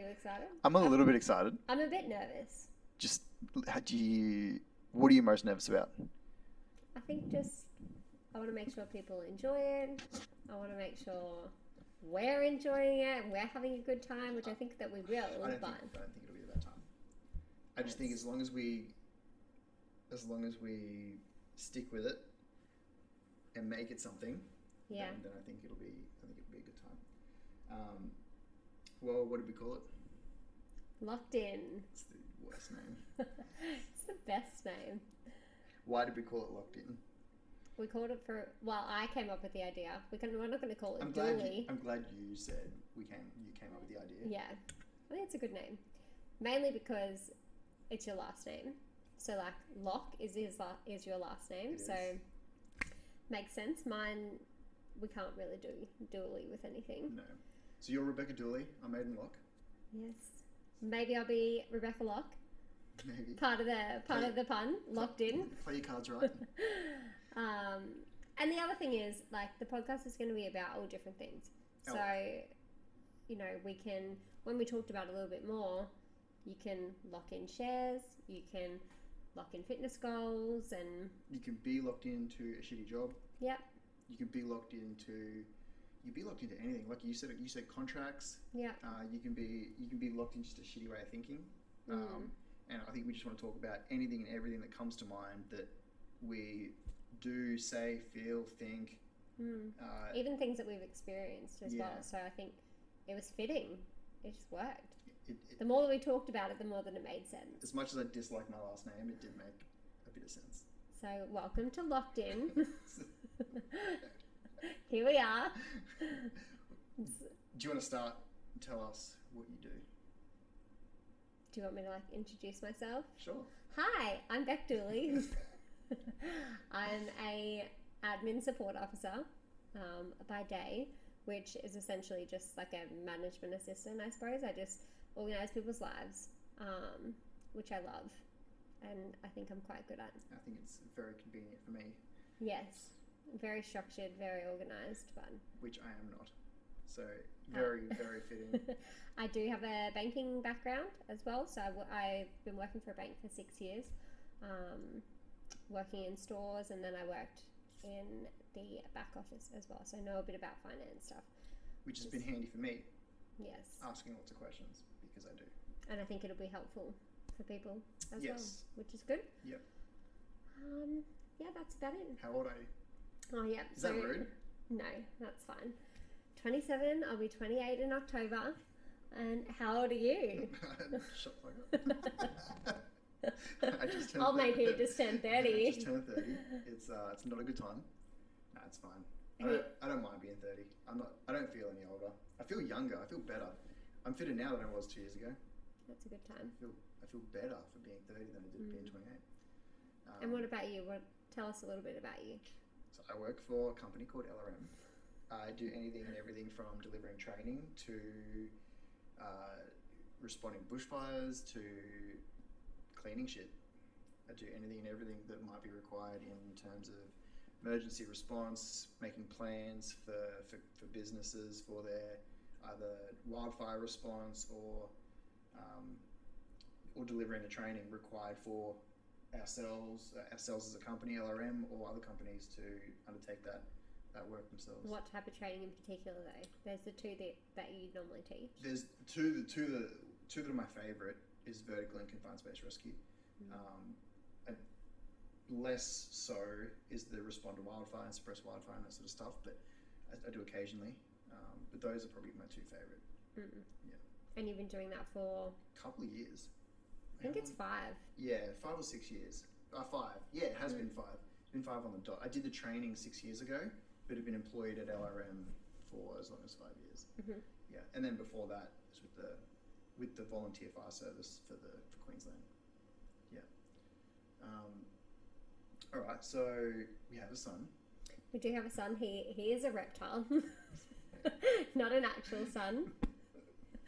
excited. I'm a little bit excited. I'm a bit nervous. Just how do you? What are you most nervous about? I think just I want to make sure people enjoy it. I want to make sure we're enjoying it and we're having a good time, which I think that we will. I don't, think, But I don't think it'll be that time. I just think as long as we, as long as we stick with it, and make it something, yeah, then, then I think it'll be. I think it'll be a good time. Um, well, what did we call it? locked in. It's the worst name. it's the best name. Why did we call it locked in? We called it for. Well, I came up with the idea. We can, we're not going to call it I'm Dually. glad. You, I'm glad you said we came. You came up with the idea. Yeah, I think it's a good name, mainly because it's your last name. So like Locke is his la- is your last name, It so is. makes sense. Mine, we can't really do dually with anything. No. So you're Rebecca Dooley. I'm Aiden Locke. Yes, maybe I'll be Rebecca Locke. Maybe. Part of the part of the pun, locked in. Play your cards right. Um, and the other thing is, like, the podcast is going to be about all different things. Oh. So, you know, we can, when we talked about it a little bit more, you can lock in shares, you can lock in fitness goals, and you can be locked into a shitty job. Yep. You can be locked into. You be locked into anything. Like you said, you said contracts. yeah, Uh, you can be you can be locked into just a shitty way of thinking. Um, Mm. And I think we just want to talk about anything and everything that comes to mind that we do, say, feel, think. mm. Uh, even things that we've experienced as Yeah. well. So I think it was fitting. It just worked. it, it, The more that we talked about it, the more that it made sense. as much as I dislike my last name, it did make a bit of sense. So, welcome to Locked In. Here we are. Do you want to start? Tell us what you do. Do you want me to like introduce myself? Sure. Hi, I'm Beck Dooley. I'm a admin support officer um, by day, which is essentially just like a management assistant, I suppose. I just organise people's lives, um, which I love, and I think I'm quite good at. I think it's very convenient for me, Yes, very structured, very organised, fun. which I am not. So very, Oh. very fitting. I do have a banking background as well, so I w- I've been working for a bank for six years, um, working in stores, and then I worked in the back office as well, so I know a bit about finance stuff. which has been handy for me Yes, asking lots of questions because I do. and I think it'll be helpful for people as yes. well, which is good. Yep. Um, yeah, that's about it. How old are you? Oh, yeah. Is that so- rude? No, that's fine. 27, I'll be 28 in October. And how old are you? Shut the fuck up. I just turned Old mate who 30. just turned I 30. just turned 30. It's, uh, it's not a good time. No, it's fine. I Okay. don't, I don't mind being 30. I'm not, I don't feel any older. I feel younger. I feel better. I'm fitter now than I was two years ago. That's a good I time. feel, I feel better for being 30 than I did being 28. Um, Mm. And what about you? What, tell us a little bit about you. So I work for a company called LRM. I uh, do anything and everything from delivering training to uh, responding bushfires to cleaning shit. I do anything and everything that might be required in terms of emergency response, making plans for, for, for businesses for their either wildfire response or um, or delivering the training required for ourselves, uh, ourselves as a company, LRM, or other companies to undertake that, that work themselves. What type of training in particular, though? There's the two that, that you normally teach. There's two, the two, the two that are my favorite is vertical and confined space rescue. Mm. Um, and less so is the respond to wildfire and suppress wildfire and that sort of stuff, but I, I do occasionally. Um, but those are probably my two favorite. Mm. Yeah. And you've been doing that for, Couple of years. I think How it's five. Yeah, five or six years. Uh, five. Yeah, it has been five. It's been five on the dot. I did the training six years ago, but have been employed at LRM for as long as five years. Mhm. Yeah, and then before that was with the with the volunteer fire service for the for Queensland. Yeah. Um, all right, so we have a son. We do have a son. He, he is a reptile, not an actual son.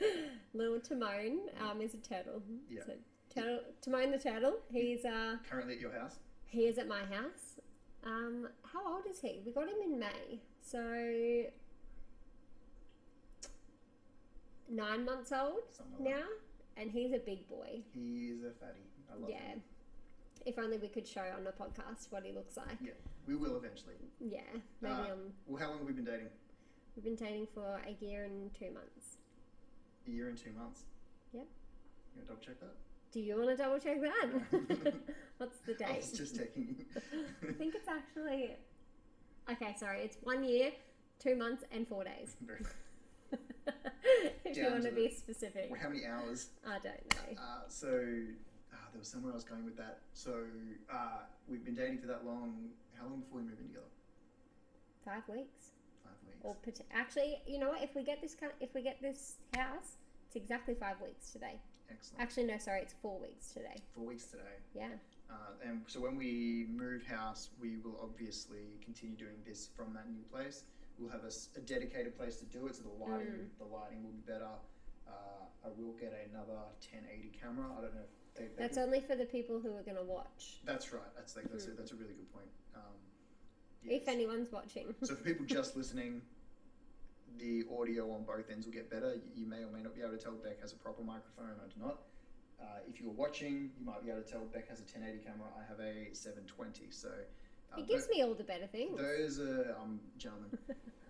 Little Timon um, is a turtle. Yeah. So turtle, Timon the turtle. He's uh, Currently at your house. He is at my house. Um, how old is he? We got him in May, so nine months old Something like now, and he's a big boy. that. He is a fatty. I love Yeah. him. If only we could show on the podcast what he looks like. We will eventually. Yeah, maybe Uh, um, Well, how long have we been dating? we've been dating for a year and two months. A year and two months. Yep. You gonna double check that? Do you want to double check that? What's the I date? was just checking. I think it's actually. Okay, sorry. It's one year, two months, and four days. if you Down want to to be specific, Well, how many hours? I don't know. Uh, so uh, there was somewhere I was going with that. So uh, we've been dating for that long. How long before we moved in together? Five weeks, Five weeks. or pot- actually, you know what? If we get this, co- if we get this house, it's exactly five weeks today. Excellent. Actually, no, sorry, it's four weeks today. Four weeks today. Yeah, Uh, and so when we move house, we will obviously continue doing this from that new place. We'll have a, s- a dedicated place to do it, so the lighting the lighting will be better. Uh, I will get another 1080 camera. I don't know if they, they that's can- only for the people who are going to watch. that's right. That's like that's, a, that's a really good point. Um, If anyone's watching, so for people just listening, the audio on both ends will get better. You- You may or may not be able to tell Beck has a proper microphone. I do not. Uh, if you're watching, you might be able to tell Beck has a 1080 camera. I have a 720. So uh, it gives me all the better tho- things. those are um, gentlemen.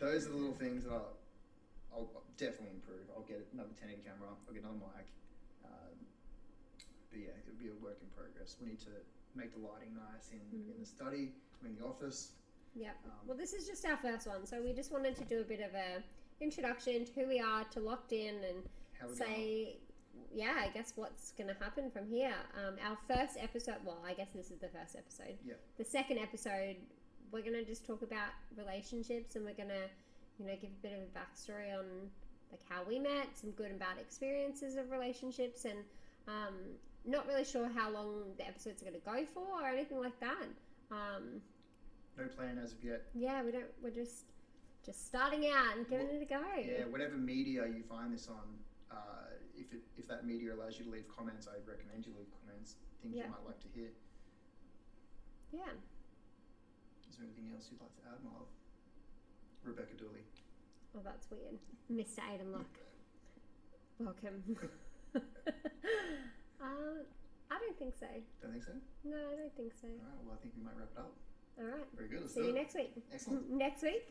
those are the little things that I'll, I'll definitely improve. I'll get another 1080 camera. I'll get another mic. Um, but yeah, it'll be a work in progress. We need to make the lighting nice in, in the study, in the office. Yeah. Um, Mm-hmm. Well, this is just our first one, so we just wanted to do a bit of a introduction to who we are, to Locked In, and how we going? say, yeah, I guess what's going to happen from here. Um, our first episode, well, I guess this is the first episode. Yeah. The second episode, we're going to just talk about relationships, and we're going to, you know, give a bit of a backstory on like how we met, some good and bad experiences of relationships, and um, not really sure how long the episodes are going to go for or anything like that. Um, No plan as of yet. yeah, we don't. We're just just starting out and giving it a go. Yeah, whatever media you find this on, uh, if it, if that media allows you to leave comments, I recommend you leave comments. Things Yeah. you might like to hear. Yeah. Is there anything else you'd like to add, my love? Rebecca Dooley. Oh, that's weird, Mr. Adam Locke. Welcome. um, I don't think so. Don't think so. No, I don't think so. All right. Well, I think we might wrap it up. All right. Very good. Let's See do you it. next week. Excellent. next week,